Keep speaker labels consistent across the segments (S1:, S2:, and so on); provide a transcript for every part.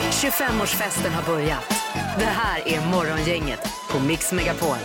S1: 25-årsfesten har börjat. Det här är Morgongänget på Mix Megapol.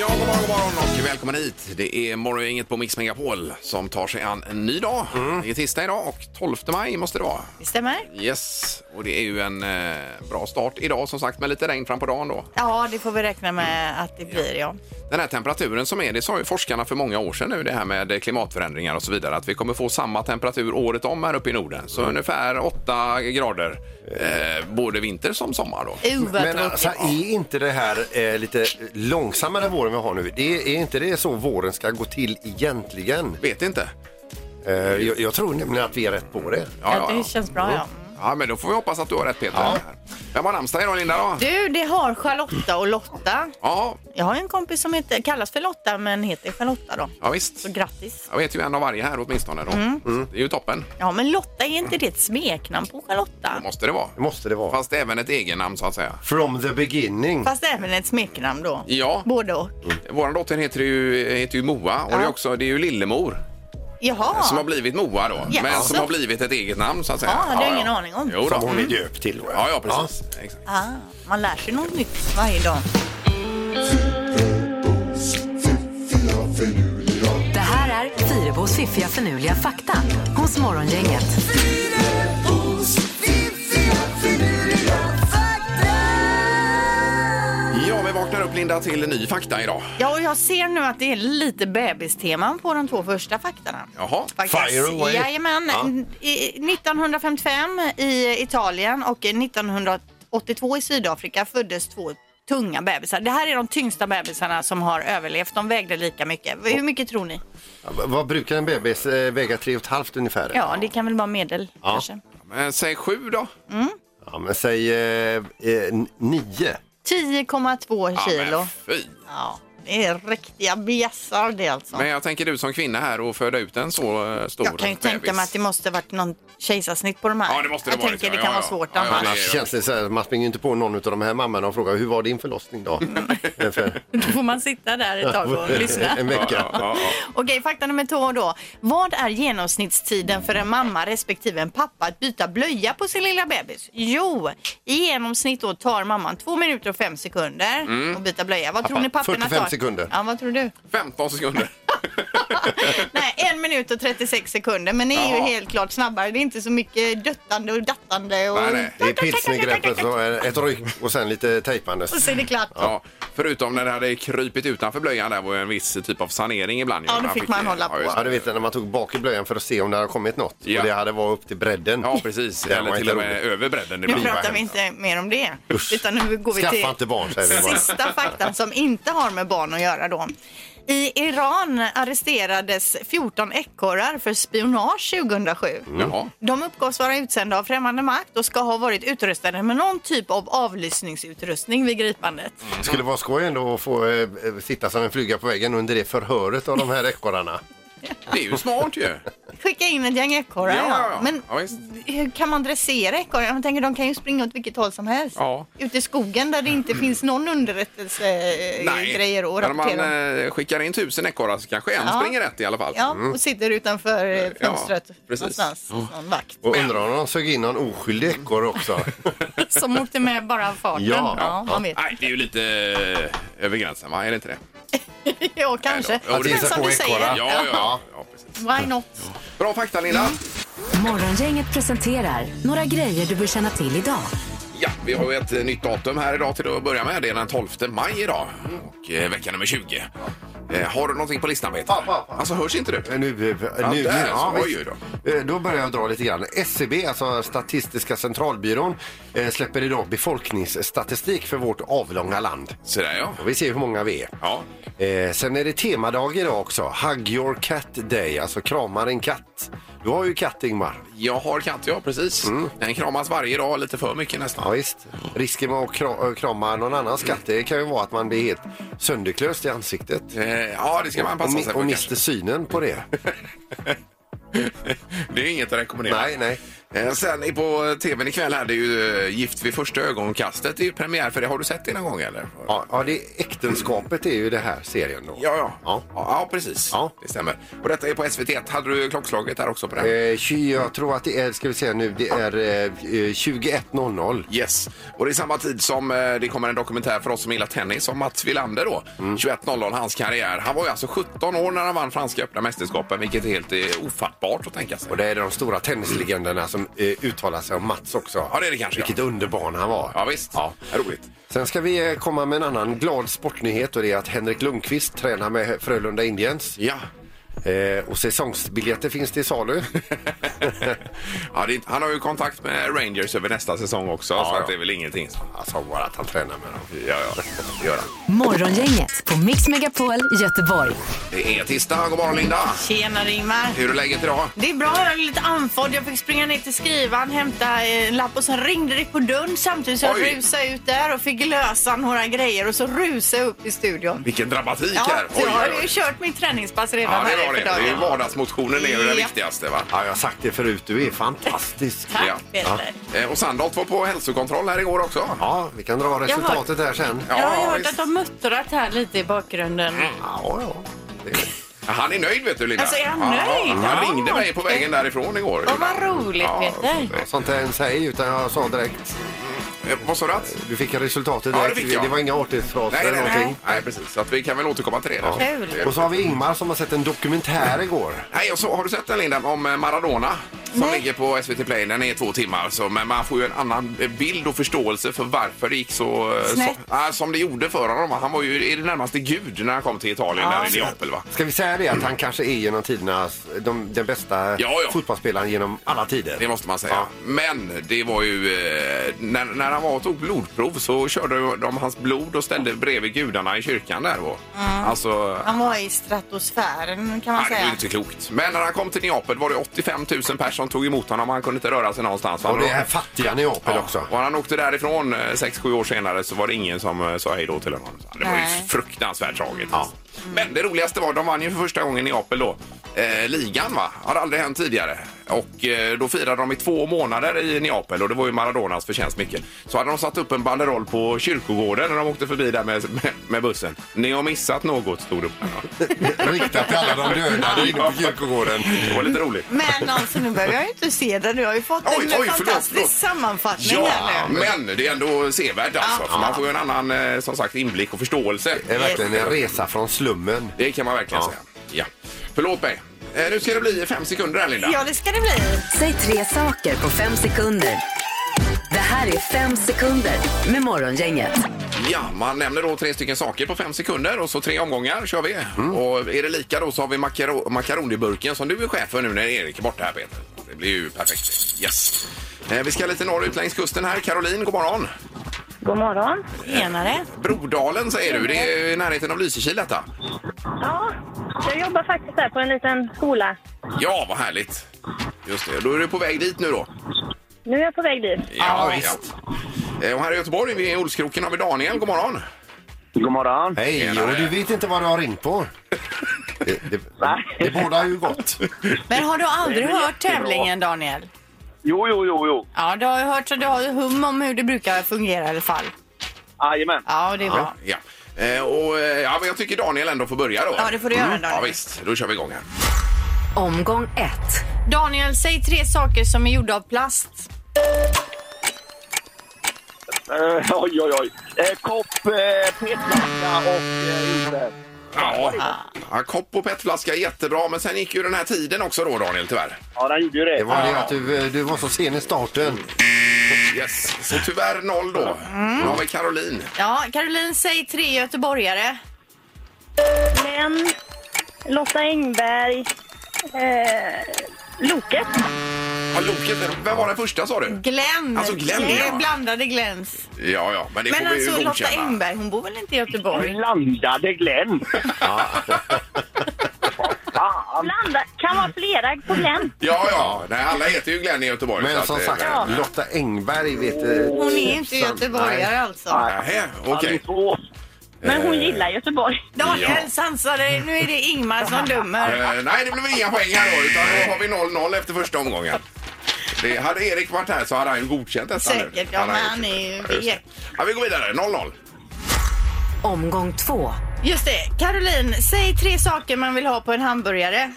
S2: Ja, god morgon, god morgon och välkommen hit. Det är morgongänget på Mix Megapol som tar sig an en ny dag.
S3: Mm.
S2: Det är tisdag idag och 12 maj måste det vara.
S3: Det stämmer.
S2: Yes, och det är ju en eh, bra start idag som sagt med lite regn fram på dagen då.
S3: Ja, det får vi räkna med att det blir, ja.
S2: Den här temperaturen som är, det sa ju forskarna för många år sedan nu det här med klimatförändringar och så vidare att vi kommer få samma temperatur året om här uppe i Norden.
S3: Mm.
S2: Så ungefär 8 grader eh, både vinter som sommar då.
S3: Uh, vad
S4: Men
S3: tråkigt.
S4: alltså, är inte det här eh, lite långsammare våren vi har nu? Det är inte det så våren ska gå till egentligen?
S2: Vet inte.
S4: Eh, jag, jag tror nämligen att vi är rätt på det.
S2: Ja,
S3: ja,
S2: ja,
S3: det
S2: ja.
S3: känns bra, ja.
S2: ja, men då får vi hoppas att du har rätt Peter. Vem har namnsdag idag Linda då?
S3: Du, det har Charlotta och Lotta.
S2: Ja,
S3: Jag har en kompis som heter, kallas för Lotta, men heter Charlotta då.
S2: ja visst.
S3: Så grattis.
S2: Jag vet ju en av varje här åtminstone. Då.
S3: Mm.
S2: Det är ju toppen.
S3: Ja, men Lotta, är inte det ett smeknamn på Charlotta?
S2: Måste det vara.
S4: Det måste det vara.
S2: Fast även ett egennamn så att säga.
S4: From the beginning.
S3: Fast även ett smeknamn då.
S2: Ja.
S3: Både och.
S2: Vår dotter heter ju, heter ju Moa och det, är också, det är ju Lillemor
S3: Jaha.
S2: som har blivit Moa då.
S3: Jaså.
S2: Men som har blivit ett eget namn så att säga.
S3: Ja, det har jag ingen aning om.
S2: Jo då.
S4: Som hon är döpt till. då.
S2: Ja, ja precis. Exakt.
S3: Ah, man lär sig något nytt varje dag.
S1: Det här är Fyrebos fiffiga förnuliga fakta hos Morgongänget.
S2: Ja, vi vaknar upp Linda till ny fakta idag.
S3: Ja, och jag ser nu att det är lite bebisteman på de två första faktorna.
S2: Jaha.
S3: Faktiskt.
S4: Fire away.
S3: Jajamän. I- 1955 i Italien och 1982 i Sydafrika föddes två tunga bebisar. Det här är de tyngsta bebisarna som har överlevt. De vägde lika mycket. Hur mycket tror ni?
S4: Ja, v- Vad brukar en bebis eh, väga? Tre och ett halvt ungefär?
S3: Ja, det kan väl vara medel kanske.
S2: Men, säg sju då.
S4: Ja, men säg eh, eh, n- nio.
S3: 10,2
S2: Ja,
S3: kilo.
S2: men fy.
S3: Ja, det är riktiga bjässar det alltså.
S2: Men jag tänker du som kvinna här och föda ut en så eh, stor
S3: Jag kan ju tänka
S2: bebis.
S3: mig att det måste ha varit någon kejsarsnitt på de här.
S2: Ja, det måste det
S3: jag
S2: varit,
S3: tänker
S2: ja.
S3: det
S2: Ja,
S3: kan
S2: ja.
S3: vara svårt
S2: Ja, ja,
S3: annars.
S2: det-
S4: Annars Alltså, känns det så här, man springer inte på någon av de här mammorna och frågar hur var din förlossning då? Eh, för-
S3: Då får man sitta där ett tag och lyssna.
S4: en vecka.
S2: Ja, ja, ja.
S3: Okej, fakta nummer två då. Vad är genomsnittstiden för en mamma respektive en pappa att byta blöja på sin lilla bebis? Jo, i genomsnitt då tar mamman två minuter och fem sekunder
S2: Mm.
S3: att byta blöja. Vad tror
S4: Pappa,
S3: ni papporna
S4: 45
S3: tar?
S4: sekunder.
S3: Ja, vad tror du?
S2: 15 sekunder.
S3: Nej, en minut och 36 sekunder. Men det är ju
S2: Ja.
S3: helt klart snabbare. Det är inte så mycket döttande och dattande. Och...
S2: Nej, nej.
S4: Det är pilsnergreppet, så, eh, ett ryck och sen lite tejpandes.
S3: Och så är det klart.
S2: Ja, förutom när det hade krypit utanför blöjan där var ju en viss typ av sanering ibland.
S3: Ja, då fick man hålla på.
S2: just
S4: Ja,
S2: det.
S4: du vet när man tog bak i blöjan för att se om det hade kommit något.
S2: Ja.
S4: Och det hade varit upp till bredden.
S2: Ja, precis.
S4: Det
S2: Eller
S4: var
S2: till
S4: inte
S2: och med
S4: roligt.
S2: över bredden. Det
S3: Nu
S2: blir
S3: pratar
S2: bara-
S3: vi inte mer om det.
S4: Usch.
S3: Utan nu går vi
S4: Skaffa
S3: till
S4: inte barn, säger vi bara.
S3: sista faktan som inte har med barn att göra då. I Iran arresterades 14 ekorrar för spionage 2007.
S2: Jaha.
S3: De uppgavs vara utsända av främmande makt och ska ha varit utrustade med någon typ av avlyssningsutrustning vid gripandet.
S4: Det skulle vara skoj ändå att få eh, eh, sitta som en flyga på väggen under det förhöret av de här ekorrarna.
S2: Det är ju smart ju.
S3: Skicka in ett gäng ekorrar.
S2: Ja, ja, ja.
S3: Men
S2: Ja, visst.
S3: hur kan man dressera ekorrar? Jag tänker, de kan ju springa åt vilket håll som helst.
S2: Ja.
S3: Ute i skogen där det inte finns någon underrättelsegrejer att
S2: när man
S3: rapportera. om.
S2: eh, skickar in tusen ekorrar så kanske en
S3: Ja.
S2: springer rätt i alla fall.
S3: Ja, och sitter utanför eh,
S2: Mm. Ja,
S3: fönstret
S2: precis.
S3: någonstans. Någon vakt.
S4: Och undrar om de sög in någon oskyldig ekorre också.
S3: Som åkte med bara farten.
S4: Ja.
S3: man vet.
S2: Nej, det är ju lite eh, över gränsen, va? Är det inte det?
S3: ja kanske.
S2: Nej då. Jo, det
S3: Men
S4: är så
S3: som du
S4: på
S3: säger,
S4: ekorrar.
S2: Ja, ja, ja. ja precis.
S3: why not?
S2: Bra fakta, Linda.
S3: Mm.
S1: Morgongänget presenterar några grejer du bör känna till idag.
S2: Ja, vi har ju ett eh, nytt datum här idag till att börja med. Det är den 12 maj idag och eh, vecka nummer 20. Eh, har du någonting på listan, Peter?
S4: Ja, ja, ja.
S2: Alltså, hörs inte du?
S4: Eh, Nu, eh, nu,
S2: där
S4: nu, ja,
S2: så,
S4: visst.
S2: oj
S4: Eh, då börjar jag dra lite grann. SCB, alltså Statistiska centralbyrån, eh, släpper idag befolkningsstatistik för vårt avlånga land.
S2: Sådär, ja.
S4: Och vi ser hur många vi är.
S2: Ja,
S4: Eh, sen är det temadag idag också. Hug your cat day, alltså kramar en katt. Du har ju katt Ingmar.
S2: jag har katt, ja precis.
S4: Mm.
S2: Den kramas varje dag lite för mycket nästan.
S4: Ja, visst. Risken med att kra- eh, krama någon annans katt det kan ju vara att man blir helt sönderklöst i ansiktet.
S2: Eh, Ja, det ska man
S4: Och,
S2: passa
S4: mi-
S2: sig
S4: och
S2: för
S4: mister synen på det.
S2: kanske. Det är inget att rekommendera.
S4: nej, nej.
S2: Eh, Sen i- på tvn ikväll här, det är ju eh, Gift vid första ögonkastet. Det är ju premiär för det. Har du sett det någon gång eller?
S4: Ja, ja det är, äktenskapet är ju det här serien då.
S2: Ja, ja. Ja,
S4: Ja.
S2: ja precis.
S4: Ja.
S2: Det stämmer. Och detta är på SVT. Hade du klockslaget här också på den?
S4: Eh, tj- jag tror att det är, ska vi säga nu, det är eh, eh, 21.00.
S2: Yes, och det är samma tid som eh, det kommer en dokumentär för oss som gillar tennis om Mats Wilander då.
S4: Mm.
S2: 21.00, hans karriär. Han var ju alltså 17 år när han vann Franska öppna mästerskapen, vilket är helt eh, ofattbart att tänka sig.
S4: Och det är de stora tennislegenderna som eh, uttalar sig om Mats också.
S2: Ja, det är det kanske, ja.
S4: Vilket underbarn han var.
S2: Ja, visst. Ja. Roligt.
S4: Sen ska vi eh, komma med en annan glad sportnyhet och det är att Henrik Lundqvist tränar med Frölunda Indians.
S2: Ja.
S4: Eh, och säsongsbiljetter finns till salu.
S2: ja, det är, inte- han har ju kontakt med Rangers över nästa säsong också, så
S4: ja.
S2: Att det är väl ingenting. som-
S4: alltså bara att han tränar med dem.
S2: Ja, ja. det Gör han.
S1: Morgongänget på Mix Megapol Göteborg.
S2: Det är tisdag. God morgon, Linda.
S3: Tjena Ingmar.
S2: Hur är läget idag?
S3: Det är bra, jag är lite andfådd. Jag fick springa ner till skrivaren, hämta eh, en lapp och sen ringde det på dörren samtidigt så jag
S2: Oj.
S3: rusade ut där och fick lösa några grejer och så rusade jag upp i studion.
S2: Vilken dramatik
S3: Ja,
S2: här.
S3: så jag har ju kört mitt träningspass redan
S2: Ja, det
S3: här
S2: är bra det.
S3: inför
S2: Det är ju
S3: dagen.
S2: vardagsmotionen är ju den
S3: Ja.
S2: viktigaste, va?
S4: Ja, jag har sagt det förut, du är fantastisk.
S3: Tack
S2: Ja.
S3: Peter.
S2: Eh, Och Sandholt var på hälsokontroll här igår också.
S4: Ja, vi kan dra resultatet här sen.
S2: Ja,
S3: jag har ju hört
S2: visst. Mm.
S3: att de muttrat här lite i bakgrunden.
S4: Ja, ja. Det-
S2: Ja, Han är nöjd vet du Linda.
S3: Alltså, är han
S2: Ja,
S3: nöjd?
S2: Han
S3: Ja,
S2: ringde mig på vägen därifrån igår.
S3: Ja, vad roligt, Peter.
S2: så-
S4: Sånt där ens säger utan jag sa direkt.
S2: eh, Vad sa du? att-
S4: Du fick resultatet
S2: Ja, det
S4: direkt.
S2: fick jag.
S4: var inga artighetsfraser
S2: Nej,
S4: eller
S2: nej, nej.
S4: någonting.
S2: nej, precis. Så att vi kan väl återkomma till det.
S4: Ja.
S3: Kul.
S2: Eh,
S4: Och så har vi Ingmar som har sett en dokumentär igår.
S2: Nej, och så, har du sett den Linda om eh, Maradona? Som
S3: Nej.
S2: ligger på SVT Play. Den är två timmar. Så, men man får ju en annan eh, bild och förståelse för varför det gick så... eh,
S3: Snett.
S2: så ah, som det gjorde för honom. Han var ju i det närmaste gud när han kom till Italien,
S3: Ja.
S2: där i Neapel va?
S4: Ska vi säga det att han kanske är genom tiderna de, den bästa
S2: Ja, ja.
S4: fotbollsspelaren genom alla tider?
S2: Det måste man säga.
S4: Ja.
S2: Men det var ju... Eh, när, när han var och tog blodprov så körde de hans blod och ställde bredvid gudarna i kyrkan där. Och, Alltså...
S3: Han var i stratosfären kan man
S2: Nej, det var
S3: säga.
S2: inte klokt. Men när han kom till Neapel var det 85 000 personer som tog emot honom. Han kunde inte röra sig någonstans.
S4: Och det är
S2: Han-
S4: fattiga Neapel
S2: Ja,
S4: också.
S2: och när han åkte därifrån 6-7 år senare så var det ingen som eh, sa hej då till honom. Så Det var ju
S3: Nej.
S2: fruktansvärt tragiskt. Men det roligaste var, de vann ju för första gången i Neapel då. Eh, ligan va, har aldrig hänt tidigare. Och eh, då firade de i två månader i Neapel och det var ju Maradonas förtjänst mycket. Så hade de satt upp en banderoll på kyrkogården när de åkte förbi där med, med, med bussen. Ni har missat något, stod det på den.
S4: Riktat till alla de döda inne på kyrkogården.
S2: Det var lite roligt.
S3: Men alltså nu behöver jag ju inte se den. Du har ju fått
S2: Oj,
S3: en
S2: oj, förlåt,
S3: fantastisk
S2: förlåt.
S3: sammanfattning
S2: Ja,
S3: här nu.
S2: men det är ändå sevärt alltså. För man får ju en annan eh, som sagt inblick och förståelse.
S4: Det är verkligen en resa från slummen.
S2: Det kan man verkligen
S4: Ja.
S2: säga. Ja. Förlåt mig. Eh, nu ska det bli fem sekunder här Linda.
S3: Ja, det ska det bli.
S1: Säg tre saker på fem sekunder. Det här är fem sekunder med Morgongänget.
S2: Ja, man nämner då tre stycken saker på fem sekunder och så tre omgångar kör vi. Och är det lika då så har vi makaro- makaroniburken som du är chef för nu när Erik är borta här Peter. Det blir ju perfekt. Yes. Eh, Vi ska lite norrut längs kusten här. Caroline, god morgon.
S5: God morgon.
S3: Enare.
S2: Brodalen säger du, det är i närheten av Lysekil detta.
S5: Ja, jag jobbar faktiskt här på en liten skola.
S2: Ja, vad härligt. Just det, då är du på väg dit nu då.
S5: Nu är jag på väg dit.
S2: Ja, visst. Eh, Och här i Göteborg, vi är i Olskroken, har vi Daniel. God morgon.
S6: God morgon.
S4: Hej,
S2: Tjenare.
S4: och du vet inte vad du har ringt på. Det, det,
S6: Va?
S4: det bådar ju gott.
S3: Men har du aldrig
S6: Det är
S3: hört
S6: jättebra.
S3: tävlingen, Daniel?
S6: Jo, jo, jo, jo.
S3: Ja, du har ju hört så du har ju hum om hur det brukar fungera i alla fall.
S6: Jajamän.
S3: Ja, det är bra.
S2: Ja. Eh, och, eh, ja, men jag tycker Daniel ändå får börja då. Mm.
S3: Ja, det får du göra,
S2: Ja,
S3: Daniel.
S2: visst. Då kör vi igång här.
S1: Omgång ett.
S3: Daniel, säg tre saker som är gjorda av plast.
S6: Eh, oj, oj, oj. Eh, kopp, eh, petflaska och eh, jordbär.
S2: Ja. ja, kopp och petflaska är jättebra, men sen gick ju den här tiden också då, Daniel, tyvärr.
S6: Ja, den gjorde ju det.
S4: Det var det att du, du var så sen i starten.
S2: Yes. Så tyvärr noll då.
S3: Mm.
S2: Nu har vi Caroline.
S3: Ja, Caroline, säg tre göteborgare.
S5: Men Lotta Engberg, eh, Loket.
S2: Ja, Loket, vem var den första sa
S3: Mm.
S2: du?
S3: Glenn.
S2: Alltså, Glenn,
S3: Det är
S2: ja.
S3: Blandade Glens.
S2: Ja, ja, men det
S3: Men
S2: får vi ju
S3: alltså Lotta
S2: godkänna.
S3: Engberg, hon bor väl inte i Göteborg?
S6: Landade Glenn. Fan.
S5: Blanda, kan vara flera på Glenn.
S2: Ja, ja. Nej, alla heter ju Glenn i Göteborg. så
S4: Men
S2: att eh,
S4: som
S2: det-
S4: sagt,
S5: Ja.
S4: Lotta Engberg vet... eh,
S3: Hon är inte
S4: tusan. Nej.
S3: göteborgare alltså.
S2: Nähä,
S6: Han är
S2: okej.
S6: två.
S5: Men
S3: Eh.
S5: hon gillar Göteborg.
S2: Ja.
S3: Daniel, sansa dig. Nu är det Ingmar som dömer.
S2: Eh, nej, det blev inga poäng här då, utan då har vi 0-0 efter första omgången. Det hade Erik varit här så hade han ju godkänt detta
S3: Säkert, ja,
S2: Han har
S3: men
S2: gjort
S3: han
S2: det.
S3: är
S2: Ja, just
S3: ju
S2: det.
S3: vek.
S2: Ja, vi går vidare. 0-0.
S1: Omgång två.
S3: Just det. Caroline, säg tre saker man vill ha på en hamburgare.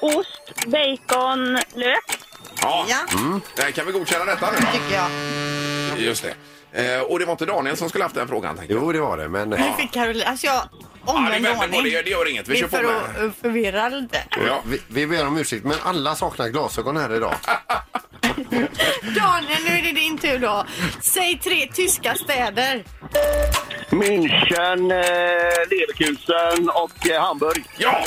S5: Ost, bacon, lök.
S2: Ja.
S3: Ja.
S2: Eh, Kan vi godkänna detta nu då?
S3: Tycker jag.
S2: Just det. Eh, Och det var inte Daniel som skulle haft den frågan? tänker jag.
S4: Jo, det var det, men...
S3: Nu fick Caroline... Alltså jag...
S2: Ja, det
S3: Omvänd
S2: vänder på
S3: ordning.
S2: det. gör- Det gör inget. Vi
S3: Det
S2: kör
S3: är
S2: på
S3: för
S2: med.
S3: att eh, förvirra lite.
S2: Ja.
S4: Vi, vi ber om ursäkt, men alla saknar glasögon här idag.
S3: Daniel, nu är det din tur då. Säg tre tyska städer.
S6: München, eh, Leverkusen och eh, Hamburg.
S2: Ja! ja!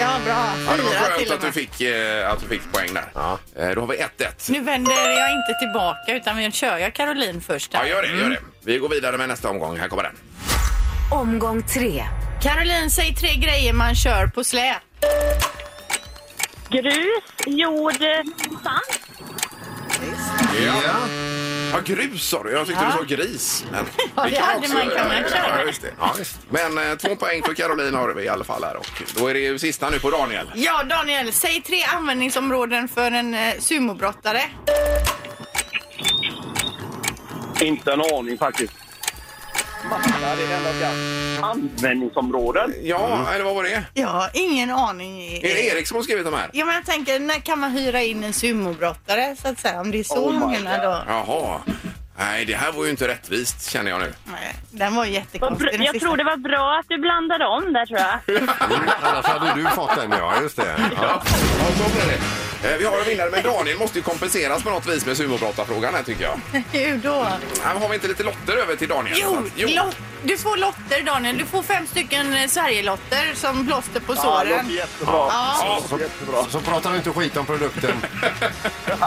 S3: Ja, bra.
S2: Ja, det var
S3: Fyra till
S2: skönt
S3: och
S2: att du
S3: med.
S2: fick, eh, att du fick poäng där. Eh, Då har vi 1-1.
S3: Nu vänder jag inte tillbaka utan vi kör jag Caroline först.
S2: Ja,
S3: här.
S2: gör det, gör det. Vi går vidare med nästa omgång. Här kommer den.
S1: Omgång tre.
S3: Caroline, säg tre grejer man kör på slä.
S5: Grus, jord, sand.
S2: Ja. ja, grus sa du. Jag tyckte du sa gris. Men
S3: Ja, det
S2: kan
S3: hade man kunnat köra.
S2: Ja, just det. Ja, visst. Men eh, två poäng för Caroline har vi i alla fall här. Och då är det ju sista nu på Daniel.
S3: Ja, Daniel, säg tre användningsområden för en eh, sumobrottare.
S6: Inte en aning faktiskt. Matta, det är det enda jag kan. Användningsområden.
S2: Ja,
S3: Mm.
S2: eller vad var det?
S3: Ja, ingen aning. i-
S2: Är det Erik som har skrivit de här?
S3: Ja, men jag tänker, när kan man hyra in en sumobrottare så att säga? Om det är så
S6: Oh my
S3: man menar då.
S2: Jaha. Nej, det här var ju inte rättvist känner jag nu.
S3: Nej, Den var ju
S5: Vad
S3: jättekonstig.
S5: br-
S3: den
S5: Jag
S3: sista.
S5: tror det var bra att du blandade om där tror jag.
S4: Mm, annars hade du fått den, ja. Just det. Ja.
S2: Ja, så blir det. Eh, Vi har en vinnare, men Daniel måste ju kompenseras på något vis med sumobrottarfrågan här tycker jag.
S3: Hur då?
S2: Här har vi inte lite lotter över till Daniel?
S3: Jo, lot- du får lotter Daniel. Du får fem stycken eh, Sverigelotter som plåster på
S6: Ja, det låter
S3: såren.
S6: jättebra.
S2: Ja,
S6: Det låter jättebra.
S4: Så pratar du inte skit om produkten.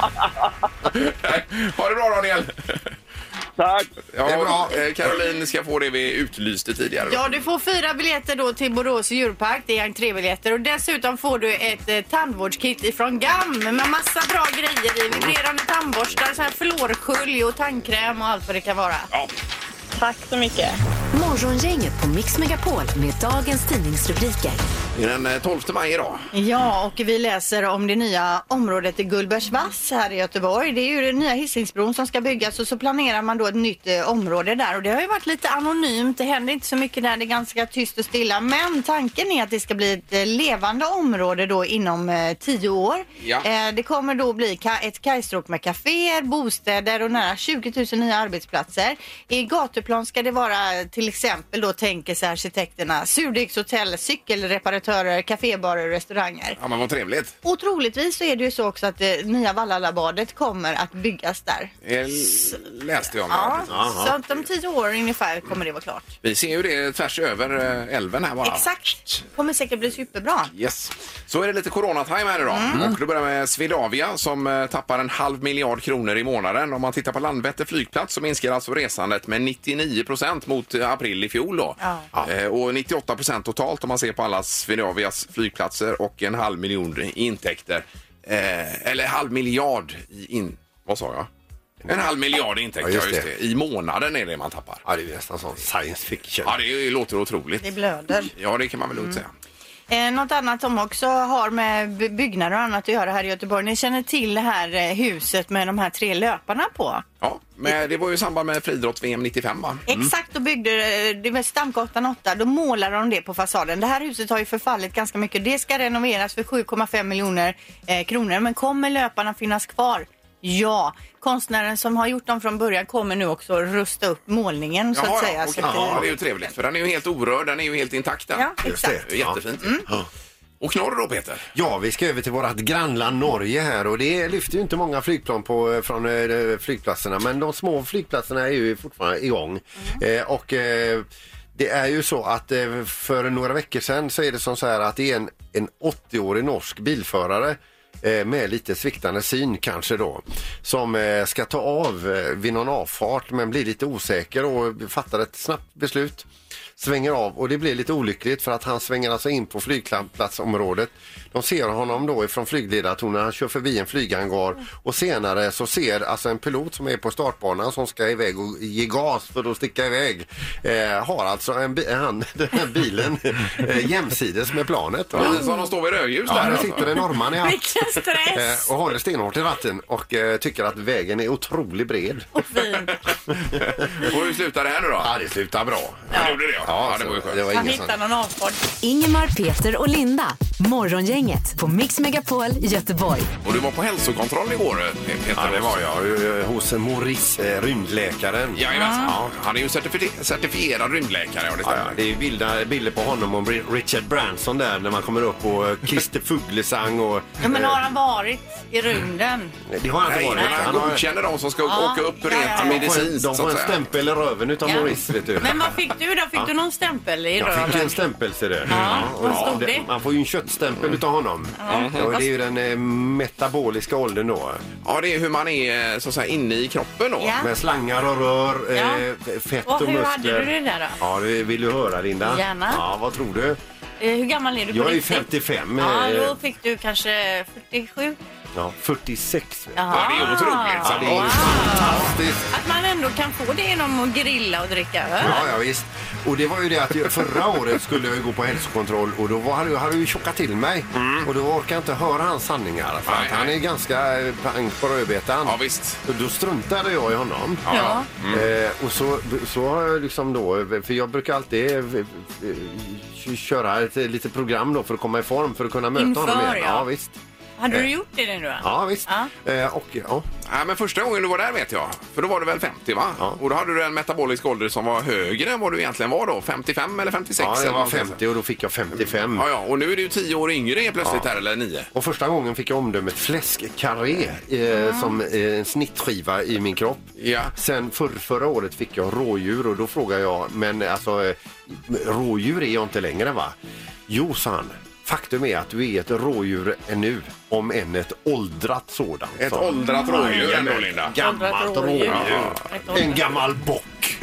S2: ha det bra Daniel!
S6: Tack.
S2: Ja,
S4: Det är bra.
S2: eh, Caroline ska få det vi utlyste tidigare.
S3: Ja, du får fyra biljetter då till Borås djurpark. Det är entrébiljetter. Och dessutom får du ett eh, tandvårdskit ifrån GAM med massa bra grejer i. Vibrerande tandborstar, så här fluorskölj och tandkräm och allt vad det kan vara.
S2: Ja.
S5: Tack så mycket.
S1: Morgongänget på Mix Megapol med dagens tidningsrubriker.
S2: Det är den eh, 12 maj idag.
S3: Ja, och vi läser om det nya området i Gullbergsvass här i Göteborg. Det är ju den nya Hisingsbron som ska byggas och så planerar man då ett nytt eh, område där och det har ju varit lite anonymt. Det händer inte så mycket där. Det är ganska tyst och stilla, men tanken är att det ska bli ett eh, levande område då inom eh, tio år.
S2: Ja.
S3: Eh, det kommer då bli ka- ett kajstråk med kaféer, bostäder och nära 20 000 nya arbetsplatser. I gatuplan ska det vara till exempel då tänker sig arkitekterna surdegshotell, cykelreparatörer, kafébarer och restauranger.
S2: Ja, men vad trevligt.
S3: Och troligtvis så är det ju så också att det nya Vallalabadet kommer att byggas där.
S2: Eh, läste jag om.
S3: Ja,
S2: Jaha.
S3: så att om tio år ungefär kommer det vara klart.
S2: Vi ser ju det tvärs över eh, älven här bara.
S3: Exakt. Kommer säkert bli superbra.
S2: Yes. Så är det lite coronatime här idag. Och då börjar vi med Swedavia som eh, tappar en halv miljard kronor i månaden. Om man tittar på Landvetter flygplats så minskar alltså resandet med 99 procent mot eh, april i fjol. Då.
S3: Ja.
S2: Eh, Och 98 procent totalt om man ser på alla Swedavias flygplatser och en halv miljon i intäkter. Eh, eller halv miljard i in... Vad sa jag? En halv miljard i intäkter, ja,
S4: Ja,
S2: just
S4: just
S2: det. I månaden är det man tappar.
S4: Ja, det är nästan sån science fiction.
S2: Ja, det Mm. låter
S3: Det
S2: otroligt.
S3: blöder.
S2: Ja, det kan man väl lugnt säga.
S3: Eh, något annat som också har med by- byggnader och annat att göra här i Göteborg. Ni känner till det här eh, huset med de här tre löparna på.
S2: Ja, men det var ju i samband med friidrotts-VM 95 va?
S3: Exakt, då byggde eh, det var Stamgatan 8. Då målade de det på fasaden. Det här huset har ju förfallit ganska mycket. Det ska renoveras för 7,5 miljoner eh, kronor. Men kommer löparna finnas kvar? Ja, konstnären som har gjort dem från början kommer nu också rusta upp målningen så att säga.
S2: okej.
S3: Så att, eh,
S2: ja, det är ju trevligt för den är ju helt orörd, den är ju helt intakt den.
S3: ja, Mm.
S4: Just
S3: exakt.
S2: Det är Jättefint. Ja. Och knorr då Peter?
S4: Ja, vi ska över till vårt grannland Norge här och det lyfter ju inte många flygplan på, från eh, flygplatserna men de små flygplatserna är ju fortfarande igång. Eh, och eh, det är ju så att eh, för några veckor sedan så är det som så här att det är en, en 80-årig norsk bilförare eh, med lite sviktande syn kanske då, som eh, ska ta av eh, vid någon avfart men blir lite osäker och fattar ett snabbt beslut. svänger av och det blir lite olyckligt för att han svänger alltså in på flygplatsområdet. De ser honom då ifrån flygledartornet, han kör förbi en flyghangar och senare så ser alltså en pilot som är på startbanan som ska iväg och ge gas för att sticka iväg eh, har alltså en, bi- han, den här bilen eh, jämsides med planet. va?
S2: Så de står vid rödljus
S4: Ja,
S2: där.
S4: nu
S2: alltså.
S4: sitter det en norrman i hatt.
S3: Vilken stress!
S4: Eh, och håller stenhårt i ratten och eh, tycker att vägen är otroligt bred.
S3: Fint.
S2: Och hur slutar det här nu då?
S4: Ja, det slutar bra.
S2: Ja, gjorde det ja. Ja, det var ju
S4: så
S2: skönt.
S3: Han
S4: ingen
S3: hittar
S4: sån-
S3: någon avfart.
S1: Ingemar, Peter och Linda. Morgongänget på Mix Megapol Göteborg.
S2: Och du var på hälsokontroll igår eh, Peter.
S4: Ja, det var jag. eh, Hos Maurice, eh, rymdläkaren.
S2: Jajamensan. Ja, han är ju certifi- certifierad rymdläkare. Ja, det
S4: Ja,
S2: stämmer.
S4: ja, det är bilder, bilder på honom och Bri- Richard Branson där när man kommer upp och eh, Christer Fuglesang och...
S3: Ja, men
S4: eh,
S3: har han varit i rymden?
S4: det har han inte
S2: Nej,
S4: varit.
S2: men han
S4: har-
S2: godkänner de som ska åka upp
S3: ja,
S2: rent
S3: ja, ja.
S4: de får en,
S2: medicinskt.
S4: de
S2: så
S4: får
S2: att
S4: en
S2: säga.
S4: stämpel i röven utav Maurice, vet du.
S3: Men vad fick du då? Fick du någon stämpel i
S4: Jag
S3: röven?
S4: fick en stämpel ser du. och
S3: vad stod det?
S4: Man får ju en köttstämpel
S2: Mm.
S4: utav honom. Ja, och det är ju den eh, metaboliska åldern då.
S2: Ja, det är hur man är eh, så att säga, inne i kroppen då.
S3: Ja.
S4: Med slangar och rör, eh,
S3: Ah. Ja.
S4: fett
S3: Och hur
S4: och, muskler.
S3: hade du det där då?
S4: Ja, det vill du höra Linda?
S3: Gärna.
S4: Ja, vad tror du?
S3: Eh, Hur gammal är du på
S4: Jag är ju
S3: riktigt?
S4: 55.
S3: Ja,
S4: eh,
S3: då fick du kanske 47?
S4: ja, 46.
S3: Jaha.
S2: Ja, det är otroligt.
S4: Ja, det är ju
S2: Wow.
S4: fantastiskt.
S3: Att man ändå kan få det genom att grilla och dricka öl.
S4: Ja, ja, visst. Och det var ju det att jag, förra året skulle jag ju gå på hälsokontroll och då var, hade jag- hade jag ju tjockat till mig. Och då orkade jag inte höra hans sanningar. För
S2: Mm. Nej,
S4: att han
S2: nej.
S4: är ganska eh, pang på rödbetan.
S2: Ja, visst. Mm.
S4: Och Då struntade jag i honom.
S3: Ja.
S4: Eh, och så, så har jag liksom då, för jag brukar alltid eh, eh, köra ett eh, litet program då för att komma i form för att kunna möta
S3: Inför,
S4: honom igen.
S3: ja.
S4: Ja, visst.
S3: Hade du gjort det nu då?
S4: Ja, visst.
S3: Ja.
S4: Eh, och, ja.
S2: Ja, men första gången du var där vet jag, för då var du väl 50 va?
S4: Ja.
S2: Och då hade du en metabolisk ålder som var högre än vad du egentligen var då, 55 eller 56?
S4: ja, jag
S2: eller
S4: var
S2: någonting
S4: 50 och då fick jag 55.
S2: sånt. Ja, ja, och nu är du ju 10 år yngre helt plötsligt här, eller 9.
S4: Och första gången fick jag omdömet fläskkarré eh, som eh, en snittskiva i min kropp.
S2: Ja.
S4: Sen för, förra året fick jag rådjur och då frågade jag, men alltså eh, rådjur är jag inte längre va? Jo, sa han. Faktum är att du är ett rådjur ännu, om än ett åldrat sådant.
S2: Ett
S4: sa han.
S2: åldrat rådjur ändå, Linda.
S4: Gammalt
S3: Åldrat
S4: rådjur.
S3: rådjur.
S4: Ja. En gammal bock.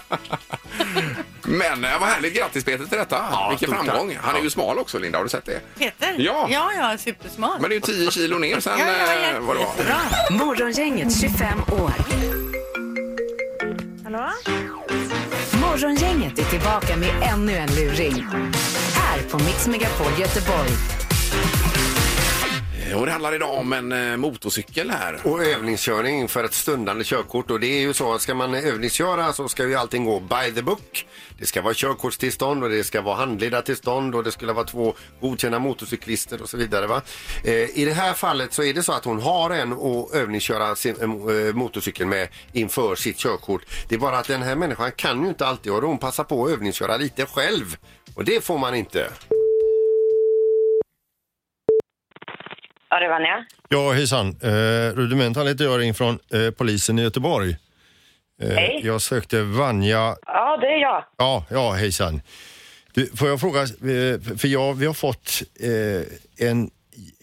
S2: Men eh, vad härligt, grattis Peter till detta.
S4: Ja,
S2: Vilken
S4: stort
S2: framgång.
S4: tack.
S2: Han är ju
S4: Ja.
S2: smal också, Linda. Har du sett det?
S3: Peter?
S2: Ja.
S3: Ja, jag är supersmal.
S2: Men det är ju 10 kilo ner sen
S3: Ja, ja,
S2: eh, vad det var.
S3: jättebra.
S1: Morgongänget 25 år.
S5: Hallå?
S1: Morgongänget är tillbaka med ännu en luring. Här på Mix Megapol Göteborg.
S2: Eh, Och det handlar idag om en eh, motorcykel här.
S4: Och övningskörning för ett stundande körkort. Och det är ju så att ska man övningsköra så ska ju allting gå by the book. Det ska vara körkortstillstånd och det ska vara handledartillstånd och det skulle vara två godkända motorcyklister och så vidare. Va? Eh, I det här fallet så är det så att hon har en att övningsköra sin eh, motorcykel med inför sitt körkort. Det är bara att den här människan kan ju inte alltid och hon passar på att övningsköra lite själv. Och det får man inte.
S5: Ja, det var Anja.
S7: Ja, hejsan. Eh, Rudimental heter jag, ringer från eh, polisen i Göteborg. Eh,
S5: Hej.
S7: Jag sökte Vanja...
S5: Ja, det är jag.
S7: Ja, ja hejsan. Du, får jag fråga, eh, för jag, vi har fått eh, en,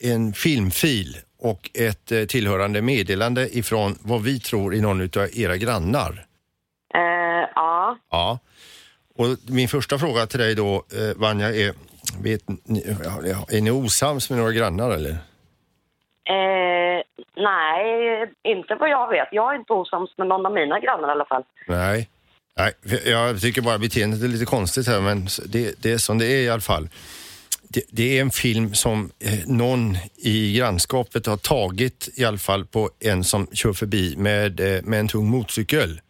S7: en filmfil och ett eh, tillhörande meddelande ifrån vad vi tror är någon utav era grannar.
S5: Eh, ja.
S7: Ja. Och min första fråga till dig då, eh, Vanja, är vet, ni, är ni osams med några grannar eller?
S5: Eh, nej, inte vad jag vet. Jag är inte osams med någon av mina grannar i alla fall.
S7: Nej. Nej, för jag tycker bara beteendet är lite konstigt här, men det, det är som det är i alla fall. Det, det är en film som eh, någon i grannskapet har tagit i alla fall på en som kör förbi med, eh, med en tung motorcykel.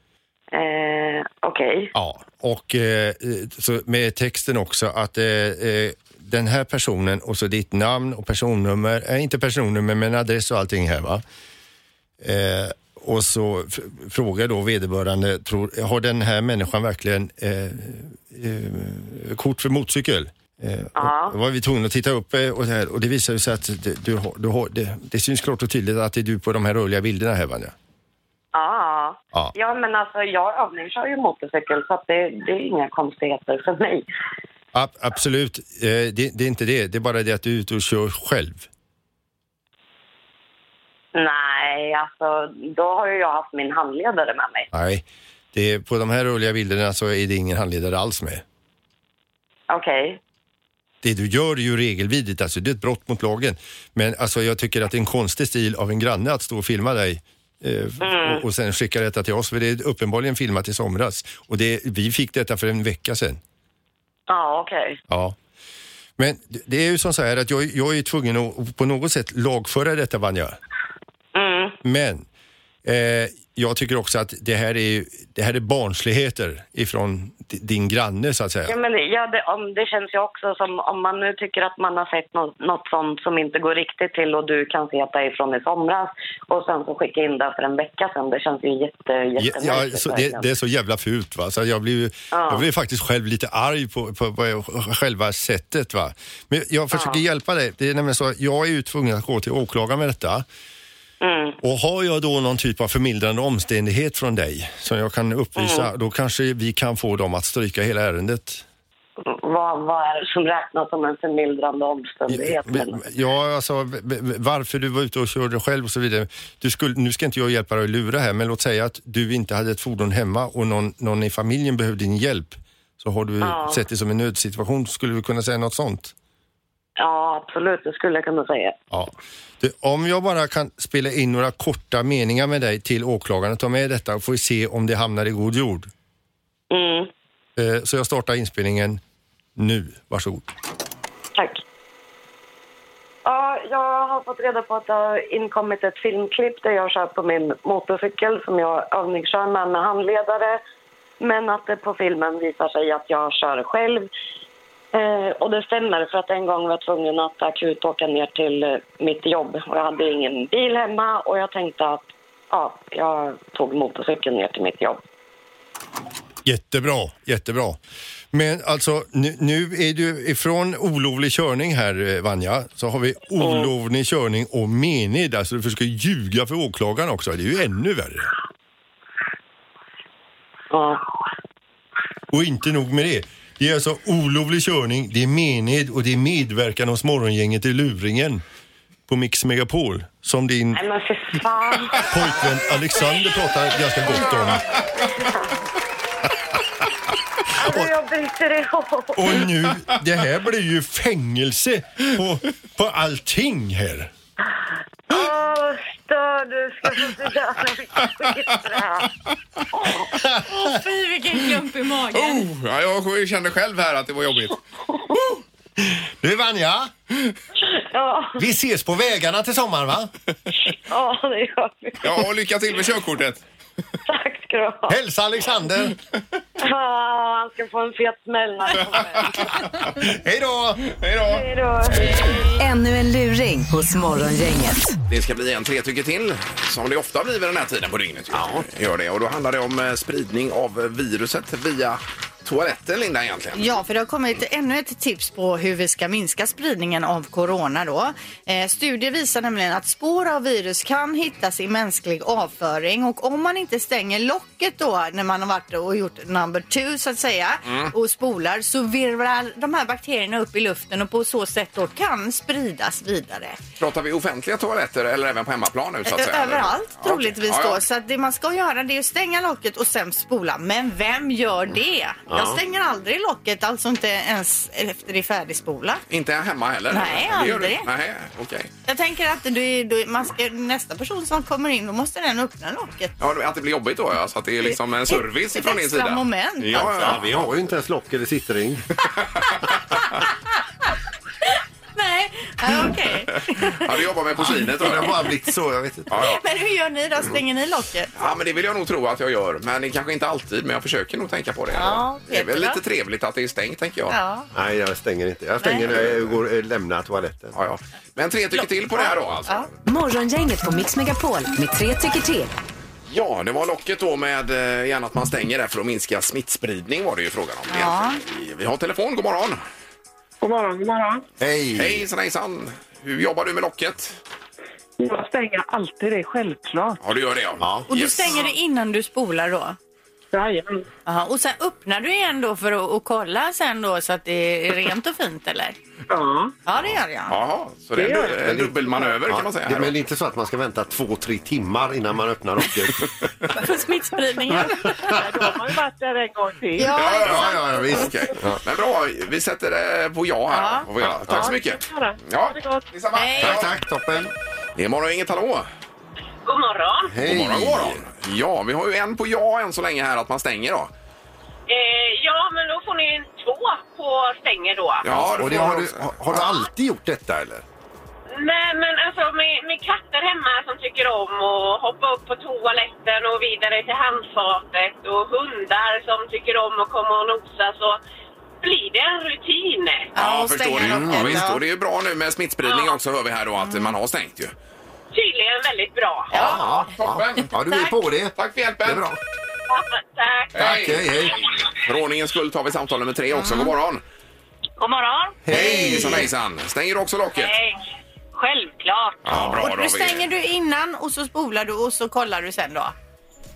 S5: Eh, Okej.
S7: Ja, och eh, så med texten också att eh, eh, den här personen och så ditt namn och personnummer, eh, inte personnummer men adress och allting här va. Eh, och så f- frågar då vederbörande, tror, har den här människan verkligen eh, eh, kort för motorcykel? Eh,
S5: Ja.
S4: Mm.
S7: och, då var vi tvungna att titta upp eh, och, det här, och det visar ju sig att det, du, har- du har, det, det syns klart och tydligt att det är du på de här rörliga bilderna här Vanja.
S5: Ja.
S7: Ja.
S5: Ja, men alltså jag övningskör ju motorcykel så att det, det är inga konstigheter för mig.
S7: Ab- absolut, eh, det, det är inte det, det är bara det att du är ute och kör själv.
S5: Nej, alltså då har ju jag haft min handledare med mig.
S7: Nej.
S4: Det, är- på de här rörliga bilderna så är det ingen handledare alls med.
S5: Okej.
S4: Det du gör är ju regelvidrigt, alltså det är ett brott mot lagen. Men alltså jag tycker att det är en konstig stil av en granne att stå och filma dig eh, och, och sen skicka detta till oss, för det är uppenbarligen filmat i somras. Och det, vi fick detta för en vecka sedan.
S5: Ja, okej.
S4: Ja. Men det- det är ju som så här att jag, jag är tvungen att på något sätt lagföra detta Vanja.
S5: Mm.
S4: Men eh, jag tycker också att det här är, ju- det här är barnsligheter ifrån di- din granne så att säga.
S5: Ja, men det, ja, det, om, det känns ju också som om man nu tycker att man har sett något, något sånt som inte går riktigt till och du kan se att det är från i somras och sen så skicka in det för en vecka sedan. Det känns ju jätte,
S4: Ja,
S5: jättemärkligt.
S4: ja, så det,
S5: verkligen.
S4: det är så jävla fult va. Så jag blev, ju- jag blev faktiskt själv lite arg på, på, på själva sättet va. Men jag försöker hjälpa dig. Det är nämligen så att jag är ju tvungen att gå till åklagaren med detta.
S5: Mm.
S4: Och har jag då någon typ av förmildrande omständighet från dig som jag kan uppvisa,
S5: Mm.
S4: då kanske vi kan få dem att stryka hela ärendet.
S5: Vad, vad är det som räknas som en förmildrande omständighet?
S4: Ja, Ja, alltså v- v- varför du var ute och körde själv och så vidare. Du skulle, nu ska inte jag hjälpa dig att lura här, men låt säga att du inte hade ett fordon hemma och någon, någon i familjen behövde din hjälp. Så har du sett det som en nödsituation, skulle du kunna säga något sånt?
S5: Ja, absolut, det skulle jag kunna säga.
S4: Ja. Du, om jag bara kan spela in några korta meningar med dig till åklagaren och ta med detta och får vi se om det hamnar i god jord.
S5: Mm,
S4: Eh, Så jag startar inspelningen nu. Varsågod.
S5: tack. Ja, jag har fått reda på att det har inkommit ett filmklipp där jag kör på min motorcykel som jag övningskör med med handledare. Men att det på filmen visar sig att jag kör själv. Eh, och det stämmer för att en gång var jag tvungen att akut åka ner till eh, mitt jobb och jag hade ingen bil hemma och jag tänkte att ja, jag tog motorcykeln ner till mitt jobb.
S4: Jättebra, jättebra. Men alltså nu, nu är du ifrån olovlig körning här eh, Vanja, så har vi olovlig körning och mened, alltså du försöker ljuga för åklagaren också, det är ju ännu värre.
S5: Ja.
S4: Och inte nog med det, det är alltså olovlig körning, det är mened och det är medverkan hos morgongänget i luringen på Mix Megapol som din
S5: Nej men för fan!
S4: pojkvän Alexander pratar ganska gott om.
S5: Alltså jag bryter ihop!
S4: Och nu, det här blir ju fängelse på, på allting här.
S5: Åh, stör du ska få så jävla mycket skit för det här.
S3: Åh fy vilken klump i magen.
S2: Oh, ja, jag kände själv här att det var jobbigt.
S4: Du Vanja,
S5: Ja,
S4: vi ses på vägarna till sommaren va?
S5: ja, det gör vi.
S2: Ja, och lycka till med körkortet.
S5: Tack ska du ha.
S4: Hälsa Alexander!
S5: Ja, han ska få en fet smäll när han kommer.
S4: Hej då!
S2: Hej då!
S5: Hej då.
S1: Ännu en luring hos Morgongänget.
S2: Det ska bli en tre tycker till, som det ofta blir vid den här tiden på dygnet. Ja. Gör det. Och då handlar det om eh, spridning av eh, viruset via toaletten, Linda, egentligen.
S3: Ja, för det har kommit ännu ett tips på hur vi ska minska spridningen av corona då. Eh, studier visar nämligen att spår av virus kan hittas i mänsklig avföring och om man inte stänger locket då när man har varit och gjort number two så att säga och spolar så virvlar de här bakterierna upp i luften och på så sätt då kan spridas vidare.
S2: Pratar vi offentliga toaletter eller även på hemmaplan nu så att
S3: Ö-
S2: säga?
S3: Överallt
S2: Ja,
S3: troligtvis
S2: okej.
S3: då.
S2: Ja,
S3: Så att det man ska göra det är att stänga locket och sen spola. Men vem gör det? Jag stänger aldrig locket, alltså inte ens efter det är färdigspolat.
S2: ja. Inte hemma heller?
S3: Nej,
S2: Det gör du-
S3: aldrig.
S2: Nej, okej.
S3: Jag tänker att du, du, man ska, nästa person som kommer in, då måste den öppna locket.
S2: Ja, det- att det blir jobbigt då, ja. Så att det är liksom en service
S3: Ett- ett
S2: från din
S3: extra
S2: sida.
S3: moment,
S2: ja,
S3: alltså.
S2: ja.
S8: Vi har ju inte ens lock eller sittring.
S3: Nej, ja, okej.
S2: ja, du jobbar med porslinet.
S8: Det
S2: tror
S8: har
S2: jag.
S8: bara blivit så, jag vet inte.
S2: Ja, ja.
S3: Men hur gör ni då? Stänger ni locket?
S2: Ja, men det vill jag nog tro att jag gör. Men det kanske inte alltid, men jag försöker nog tänka på det.
S3: Ja,
S2: det är väl
S3: Peter,
S2: lite trevligt att det är stängt, tänker jag.
S3: Ja.
S8: Nej, jag stänger inte. Jag stänger när jag går, eh, lämnar toaletten.
S2: Ja, ja. Men tre tycker till på det här då alltså. Ja.
S1: Morgongänget på Mix Megapol med tre tycker till.
S2: det var locket då med eh, gärna att man stänger där för att minska smittspridning var det ju frågan om.
S3: Ja.
S2: egentligen. Vi har telefon, god morgon.
S9: God morgon, god morgon.
S8: Hej!
S2: Hejsan hejsan. Hur jobbar du med locket?
S9: Jag stänger alltid det, självklart.
S2: Ja, du gör det ja.
S3: Och du stänger det innan du spolar då?
S10: Jajamän.
S3: Jaha, och sen öppnar du igen då för att, att kolla sen då så att det är rent och fint eller?
S10: Ja.
S3: Ja, det gör jag.
S2: Jaha, så det är en, du- en dubbelmanöver kan man säga.
S4: det
S2: Här
S4: är väl
S2: då.
S4: inte så att man ska vänta två, tre timmar innan man öppnar rocken?
S3: För smittspridningen.
S10: Då har man ju varit där en gång till.
S3: ja,
S2: Ja, ja,
S4: ja, ja, ja, visst.
S2: Okej. Men bra, vi sätter eh, på ja här.
S3: Ja.
S2: Får vi göra. Tack så mycket.
S10: Ja, det är bra.
S2: Ja,
S10: Ha det gott.
S2: detsamma.
S3: Hej.
S4: Tack, tack, toppen.
S2: Det är morgon, inget hallå.
S10: God morgon.
S4: Hej.
S2: God morgon, god morgon. Ja, vi har ju en på ja än så länge här att man stänger då.
S10: Eh, ja, men då får ni en två på stänger då.
S2: Ja,
S4: Och det
S2: får
S4: har,
S2: man
S4: du,
S2: också.
S4: har- har du alltid gjort detta eller?
S10: Nej, men alltså med, med katter hemma som tycker om att hoppa upp på toaletten och vidare till handfatet och hundar som tycker om att komma och nosa så blir det en rutin.
S2: Ja,
S3: Ja, och
S2: förstår
S3: stänga
S2: du.
S3: locket,
S2: Ja, visst.
S3: ja.
S2: Och det är ju bra nu med smittspridning
S10: Ja.
S2: också hör vi här då att man har stängt ju.
S10: Tydligen väldigt bra.
S2: Ja, toppen.
S4: Ja, du är på det.
S2: Tack för hjälpen.
S4: Det är bra.
S10: Tack.
S4: Tack, hej, hej.
S2: För ordningens skull tar vi samtal nummer tre också. God morgon.
S10: God morgon.
S2: Hej, hejsan, hejsan. Stänger du också locket?
S10: Hej. Självklart.
S2: Ja, bra.
S3: Och
S2: då
S3: nu
S2: har vi-
S3: stänger du innan och så spolar du och så kollar du sen då.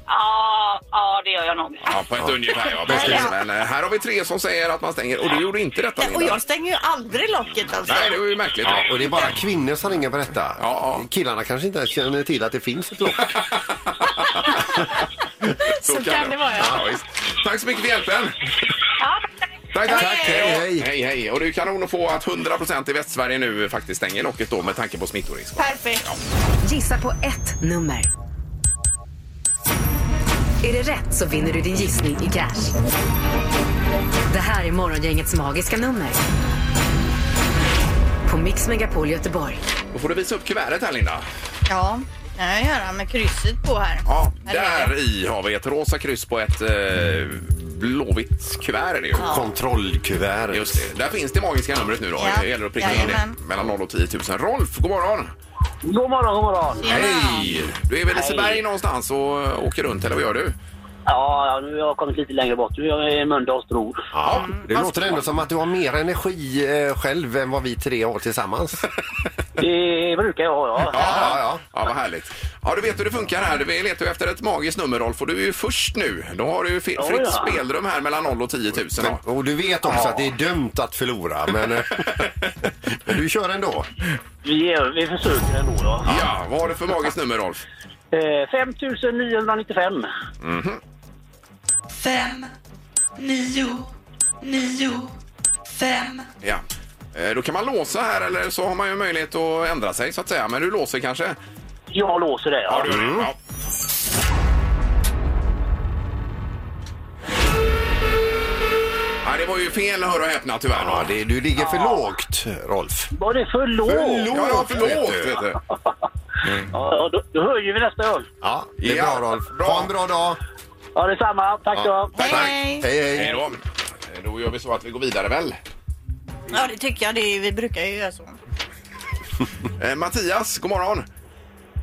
S10: Ja, ja, det gör jag nog.
S2: Ja, på ett ungefär. Ja, precis. Men eh, här har vi tre som säger att man stänger och du gjorde inte detta
S3: Och
S2: Linda.
S3: jag stänger ju aldrig locket alltså.
S2: Nej, det var ju märkligt.
S4: Och det är bara kvinnor som ringer på detta.
S2: Ja, ja.
S4: Killarna kanske inte ens känner till att det finns ett lock.
S3: Så kan det vara, ja.
S2: ja visst. Tack så mycket för hjälpen.
S10: Ja,
S2: Tack, tack.
S4: Tack, hej, hej.
S2: Hej, hej. Och det är ju kanon att få att 100% i Västsverige nu faktiskt stänger locket då med tanke på smittorisk.
S3: Perfekt.
S1: Gissa på ett nummer. Är det rätt så vinner du din gissning i cash. Det här är Morgongängets magiska nummer. På Mix Megapol Göteborg.
S2: Då får du visa upp kuvertet här Linda.
S3: Ja, det har jag göra med krysset på här.
S2: Ja,
S3: Här är det.
S2: där i har vi ett rosa kryss på ett eh, blåvitt kuvert är det ju.
S4: Kontrollkuvert.
S2: Just det. Där finns det magiska numret nu då.
S3: Ja.
S2: Det gäller att pricka in
S3: Jajamän.
S2: det. Mellan 0 och 10 000. Rolf, god morgon!
S6: God morgon, god morgon.
S3: Tjena.
S2: Hej! Du är vid Liseberg någonstans och åker runt, eller vad gör du?
S6: Ja, nu har jag kommit lite längre bort. Nu är jag i Mölndals bro.
S4: Ja, det låter ändå som att du har mer energi eh, själv än vad vi tre har tillsammans.
S6: Det brukar jag ha, ja.
S4: ja, ja.
S2: Ja, vad härligt. Ja, du vet hur det funkar här. Vi letar ju efter ett magiskt nummer, Rolf, och du är ju först nu. Då har du ju fi-
S6: Ja,
S2: fritt
S6: ja.
S2: spelrum här mellan 0 och 10 000.
S4: Men,
S2: Ja.
S4: och du vet också att det är dömt att förlora, men, eh, men du kör ändå.
S6: Vi, är, vi försöker ändå, ja.
S2: ja, vad har du för magiskt nummer, Rolf?
S6: Eh, 5995.
S11: fem, nio, nio, fem.
S2: Ja. Eh, Då kan man låsa här eller så har man ju möjlighet att ändra sig så att säga. Men du låser kanske?
S6: Jag låser det, ja.
S2: du mm. ja. Nej, det var ju fel hör och häpna tyvärr.
S4: Ja,
S2: då.
S4: det, du ligger för lågt, Rolf.
S6: Var det för lågt?
S2: Ja, ja,
S4: vet
S2: förlåt!
S4: du.
S2: Vet du.
S6: Ja, då, då höjer vi nästa gång.
S4: Ja, det är
S2: Ja,
S4: bra, Rolf.
S2: bra.
S4: Ha en bra dag.
S6: Ja, detsamma. Tack ska du ha.
S2: Tack, tack.
S3: Hej.
S4: Hej,
S2: Hej
S4: hej.
S2: då. Eh, Då gör vi så att vi går vidare väl.
S3: Ja, det tycker jag. Det är, vi brukar ju göra så.
S2: Eh, Mattias, god morgon!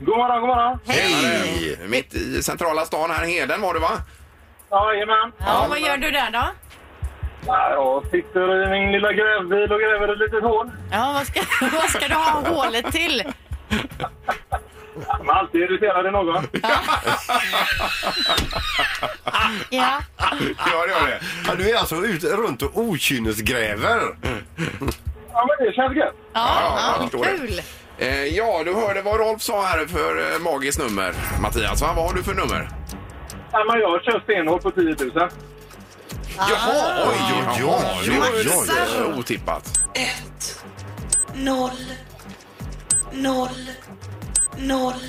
S10: God morgon, god morgon.
S2: Hej! Mitt i centrala stan här, Heden var du va?
S10: Jajamän.
S3: Ja, vad gör du där då?
S10: Ja, jag sitter i min lilla grävbil och gräver ett litet hål.
S3: Ja, vad ska, vad ska du ha hålet till?
S10: Man är alltid irriterad i någon.
S3: Ja,
S2: Ja, det gör det.
S4: Ja, du är alltså ut, runt och okynnesgräver.
S10: Ja, men det känns gött.
S2: Ja, jag
S3: ja,
S2: förstår
S3: ja
S2: det.
S3: kul.
S2: Eh, Ja, du hörde vad Rolf sa här för eh, magiskt nummer, Mattias. Va? Vad har du för nummer?
S10: Ja, men jag kör stenhårt på 10 000.
S2: Jaha, oj, oj, oj, det var ju
S3: Maxar.
S2: lite otippat.
S11: Ett, noll, noll, noll,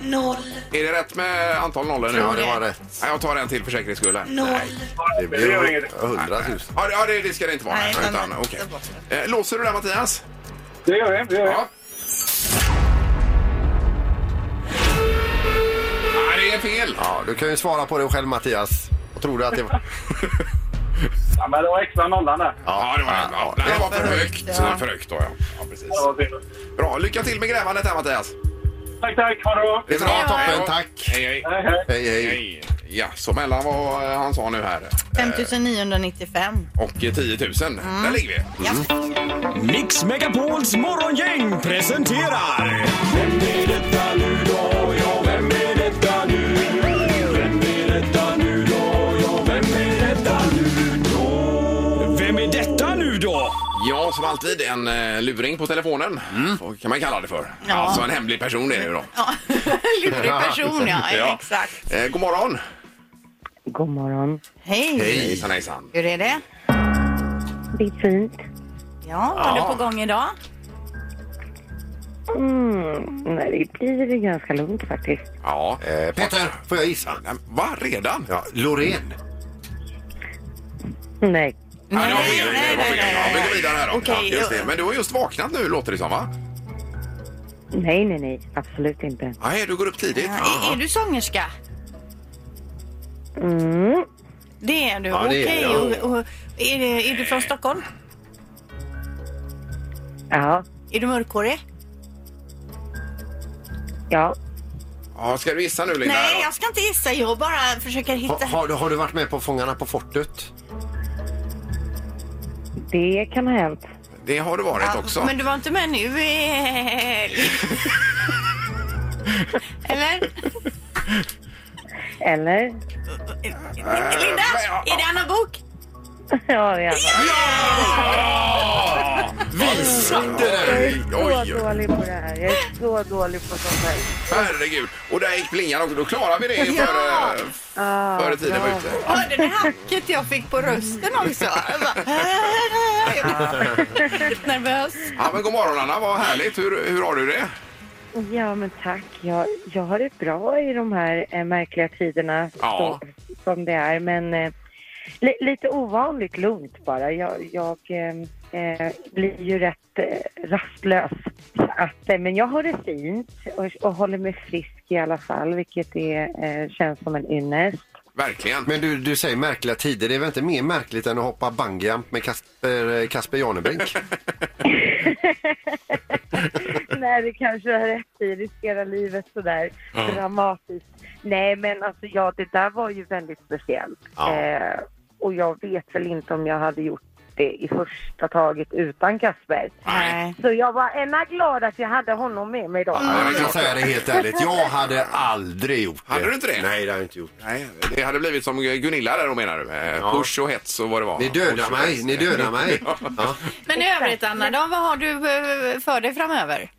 S11: noll,
S2: Är det rätt med antal nollor nu?
S4: Ja, det var rätt.
S2: Nej, jag tar en till för säkerhets skull. här.
S11: noll.
S2: Nej.
S4: Det
S10: Det gör inget.
S4: blir hundratusen.
S2: Ja, det- Ja, det, det ska det inte vara.
S3: Nej,
S2: utan,
S3: utan-
S2: okej. Eh, Låser du där, Mattias?
S10: Det gör vi. Det gör vi.
S2: Ja. Nej, det är fel.
S4: Ja, du kan ju svara på det själv, Mattias. Vad tror du att det var?
S10: Ja, men det var extra nollan där.
S2: Ja, det var det. Ja, det var för högt.
S3: ja.
S2: För högt då, ja. ja precis.
S10: Det var synd.
S2: Bra, lycka till med grävandet här, Mattias.
S10: Tack, tack. Ha det bra.
S4: Det är bra, toppen. Tack.
S2: Hej, hej.
S10: Hej, hej.
S4: Hej, hej.
S2: Hej. Ja, så mellan vad han sa nu här
S3: 5995.
S2: och 10 000, där ligger vi. Mm.
S12: Mix Megapols morgongäng presenterar... Vem är detta nu då? Ja, vem är detta nu? Vem är detta nu då?
S2: alltid en eh, luring på telefonen. Vad kan man kalla det för.
S3: Ja.
S2: Alltså en hemlig person är det ju då.
S3: Ja. Lurig person, ja.
S2: Ja.
S3: Exakt.
S2: Eh, god morgon!
S13: God morgon.
S3: Hej.
S2: Hejsan hejsan!
S3: Hur är det?
S13: Det är fint.
S3: Ja, vad har
S2: Ja.
S3: du på gång idag?
S13: Mm, nej, det blir ganska lugnt faktiskt.
S2: Ja.
S4: Eh, Peter, får jag gissa?
S2: Nej, Va, redan?
S4: Ja, Loreen.
S13: Nej.
S2: Nej, det var fel.
S3: nej,
S2: det var
S3: nej,
S2: fel.
S3: nej,
S2: Ja, vi
S3: nej.
S2: går vidare här då.
S3: Okej,
S2: ja, just
S3: ja.
S2: det. Men du har just vaknat nu låter det som va?
S13: Nej, nej, nej. Absolut inte.
S2: Nej, du går upp tidigt.
S3: Är, är du sångerska?
S13: Mm,
S3: Det är du.
S4: Ja, det
S3: Okej.
S4: är jag.
S3: Och, och, är, det- är du från Stockholm?
S13: ja.
S3: Är du mörkhårig?
S13: Ja.
S2: Ja, ska du gissa nu Linda?
S3: Nej, jag ska inte gissa. Jag bara försöker
S4: Ha,
S3: hitta...
S4: har, du- har du varit med på Fångarna på fortet?
S13: Det kan ha hänt.
S2: Det har du varit
S3: Ja,
S2: också.
S3: Men du var inte med nu i helg. Eller?
S13: Eller?
S3: Linda, är det Anna Bok?
S13: Ja, ja.
S2: Ja! Vi satte den! Oj,
S13: Jag är så
S2: oj,
S13: dålig på det här. Jag är så dålig på sånt här.
S2: herregud. Och där gick plingan också. Då klarar vi det
S3: Ja.
S2: före,
S13: Ah,
S2: före tiden var
S13: bra.
S2: ute.
S3: Hörde ni hacket jag fick på rösten också? Jag, bara, jag blev lite nervös.
S2: Ja, men god morgon Anna, vad härligt. Hur, hur har du det?
S13: Ja, men tack. Jag, jag har det bra i de här eh, märkliga tiderna
S2: Ja.
S13: som, som det är. Men eh, li, lite ovanligt lugnt bara. Jag, jag eh, eh, blir ju rätt eh, rastlös. Så Att, eh, men jag har det fint och, och håller mig frisk i alla fall, vilket är, eh, känns som en ynnest.
S2: Verkligen.
S4: Men du, du säger märkliga tider. Det är väl inte mer märkligt än att hoppa bungyjump med Kasper, eh, Kasper Janebrink?
S13: Nej, det kanske du har rätt i. Riskera livet sådär dramatiskt. Nej, men alltså ja, det där var ju väldigt speciellt.
S4: Ja.
S13: Eh, och jag vet väl inte om jag hade gjort det i första taget utan Kasper.
S3: Nej.
S13: Så jag var ena glad att jag hade honom med mig då.
S2: Ja, det är
S4: Jag kan
S2: klart.
S4: säga det helt ärligt. Jag hade aldrig gjort det.
S2: Hade du inte det?
S4: Nej, det hade jag inte gjort.
S2: Nej, det hade blivit som Gunilla där då menar du? Eh,
S4: Ja.
S2: Push och hets och vad det var.
S4: Ni
S2: Push
S4: dödar
S2: och
S4: mig,
S2: hets.
S4: ni dödar mig. Ja.
S3: Men i övrigt Anna, då, vad har du eh, för dig framöver?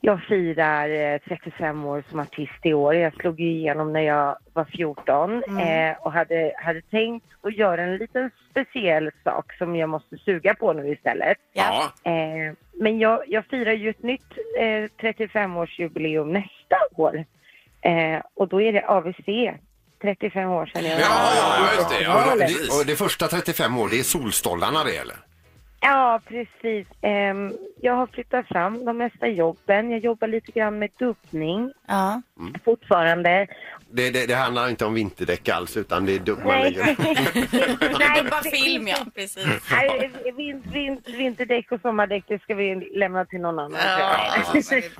S13: Jag firar eh, 35 år som artist i år. Jag slog ju igenom när jag var 14 eh, och hade, hade tänkt att göra en liten speciell sak som jag måste suga på nu istället.
S2: Ja.
S13: Eh, men jag, jag firar ju ett nytt eh, 35-årsjubileum nästa år. Eh, och då är det AVC, 35 år sedan jag
S2: Ja, ja, just det. Ja,
S4: Och
S2: ja,
S4: det, och det första 35 år, det är solstollarna det eller?
S13: Ja, precis. Ehm, jag har flyttat fram de mesta jobben. Jag jobbar lite grann med dubbning
S3: Ja.
S13: fortfarande.
S4: Det, det, det handlar inte om vinterdäck alls utan det är dubbman
S13: Nej,
S4: lägger-
S13: nej,
S3: Bara
S13: det-
S3: film ja, precis.
S13: nej, vin- vin- Vinterdäck och sommardäck det ska vi lämna till någon annan.
S3: Ja,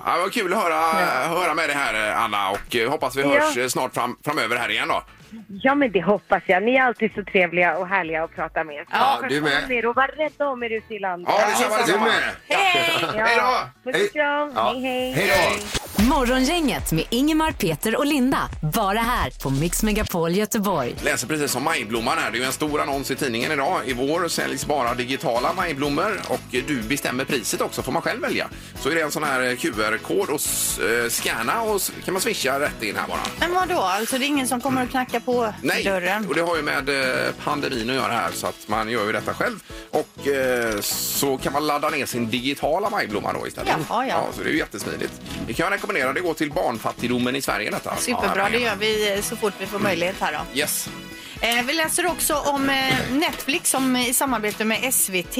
S2: Ja, vad kul att höra, höra med dig här eh, Anna och eh, hoppas vi
S13: Ja.
S2: hörs eh, snart fram, framöver här igen då.
S13: Ja, men det hoppas jag. Ni är alltid så trevliga och härliga att prata med.
S4: Ja, du med.
S13: Sköt om er och var rädda om er ute i landet.
S2: Ja, detsamma,
S4: Du
S2: detsamma.
S4: med?
S3: Hej!
S2: Hej då!
S13: Puss och kram.
S4: Ja.
S13: Hej, hej.
S4: Hej då!
S1: Morgongänget med Ingemar, Peter och Linda. Bara här på Mix Megapol Göteborg.
S2: Läser precis som majblomman här. Det är ju en stor annons i tidningen idag. I vår säljs bara digitala majblommor och du bestämmer priset också, får man själv välja. Så är det en sån här QR-kod och s- eh, scanna och s- kan man swisha rätt in här bara.
S3: Men vadå, alltså det är ingen som kommer att knacka på
S2: Nej,
S3: dörren?
S2: och det har ju med eh, pandemin att göra här så att man gör ju detta själv. Och eh, så kan man ladda ner sin digitala majblomma då istället.
S3: Jaha, ja.
S2: så det är ju jättesmidigt. Det kan jag rekommendera. Det går till barnfattigdomen i Sverige detta.
S3: Superbra, det gör vi eh, så fort vi får möjlighet här då.
S2: Yes.
S3: Eh, Vi läser också om eh, Netflix som i samarbete med SVT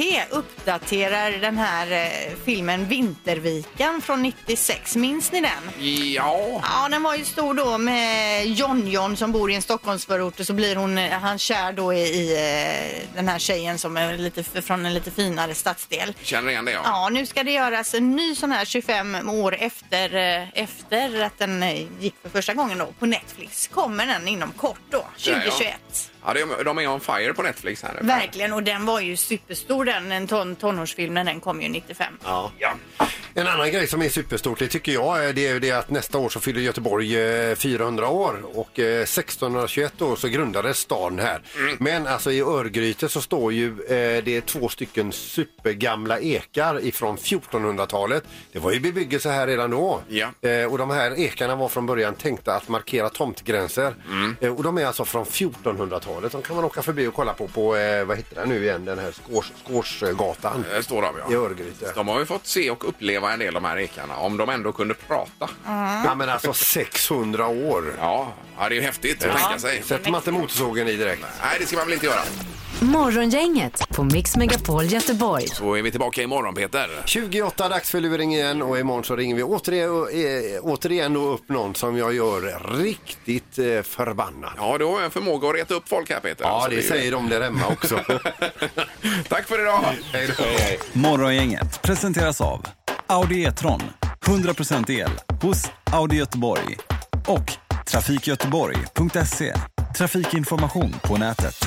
S3: uppdaterar den här eh, filmen Vinterviken från 96. Minns ni den?
S2: Ja.
S3: Ja, den var ju stor då med John-John som bor i en Stockholmsförort och så blir hon, eh, han kär då i, i eh, den här tjejen som är lite, f- från en lite finare stadsdel.
S2: Känner igen det ja.
S3: Ja, nu ska det göras en ny sån här 25 år efter, eh, efter att den eh, gick för första gången då på Netflix. Kommer den inom kort då,
S2: Där, ja.
S3: 2021.
S2: Ja, de, de är on fire på Netflix här nu.
S3: Verkligen, och den var ju superstor den, en ton, tonårsfilm när den kom ju 95.
S4: Ja. En annan grej som är superstort, det tycker jag, är- det är ju det att nästa år så fyller Göteborg eh, 400 år och eh, 1621 år så grundades stan här.
S2: Mm.
S4: Men alltså i Örgryte så står ju eh, det är två stycken supergamla ekar ifrån 1400-talet. Det var ju bebyggelse här redan då. Eh, Och de här ekarna var från början tänkta att markera tomtgränser.
S2: Mm.
S4: Eh, Och de är alltså från 1400-talet. De kan man åka förbi och kolla på på, eh, vad heter den nu igen, den här Skårs- Skårsgatan.
S2: Där Eh, står de, ja.
S4: I Örgryte.
S2: De har ju fått se och uppleva en del av de här ekarna, om de ändå kunde prata.
S4: Ja, men alltså 600 år.
S2: Ja, ja det är ju häftigt att tänka sig.
S4: Sätter man inte motorsågen i direkt?
S2: Nej, det ska man väl inte göra.
S1: Morgongänget på Mix Megapol Göteborg.
S2: Så är vi tillbaka imorgon, Peter.
S4: 28 dags för luring igen och imorgon så ringer vi återigen, eh, återigen då upp någon som jag gör riktigt eh, förbannad.
S2: Ja, du har ju en förmåga att reta upp folk här, Peter.
S4: Ja,
S2: Så
S4: det
S2: är ju-
S4: säger de där hemma också.
S2: Tack för idag!
S4: Hej då.
S14: Morgongänget presenteras av Audi E-tron. 100% el hos Audi Göteborg. Och trafikgöteborg.se. Trafikinformation på nätet.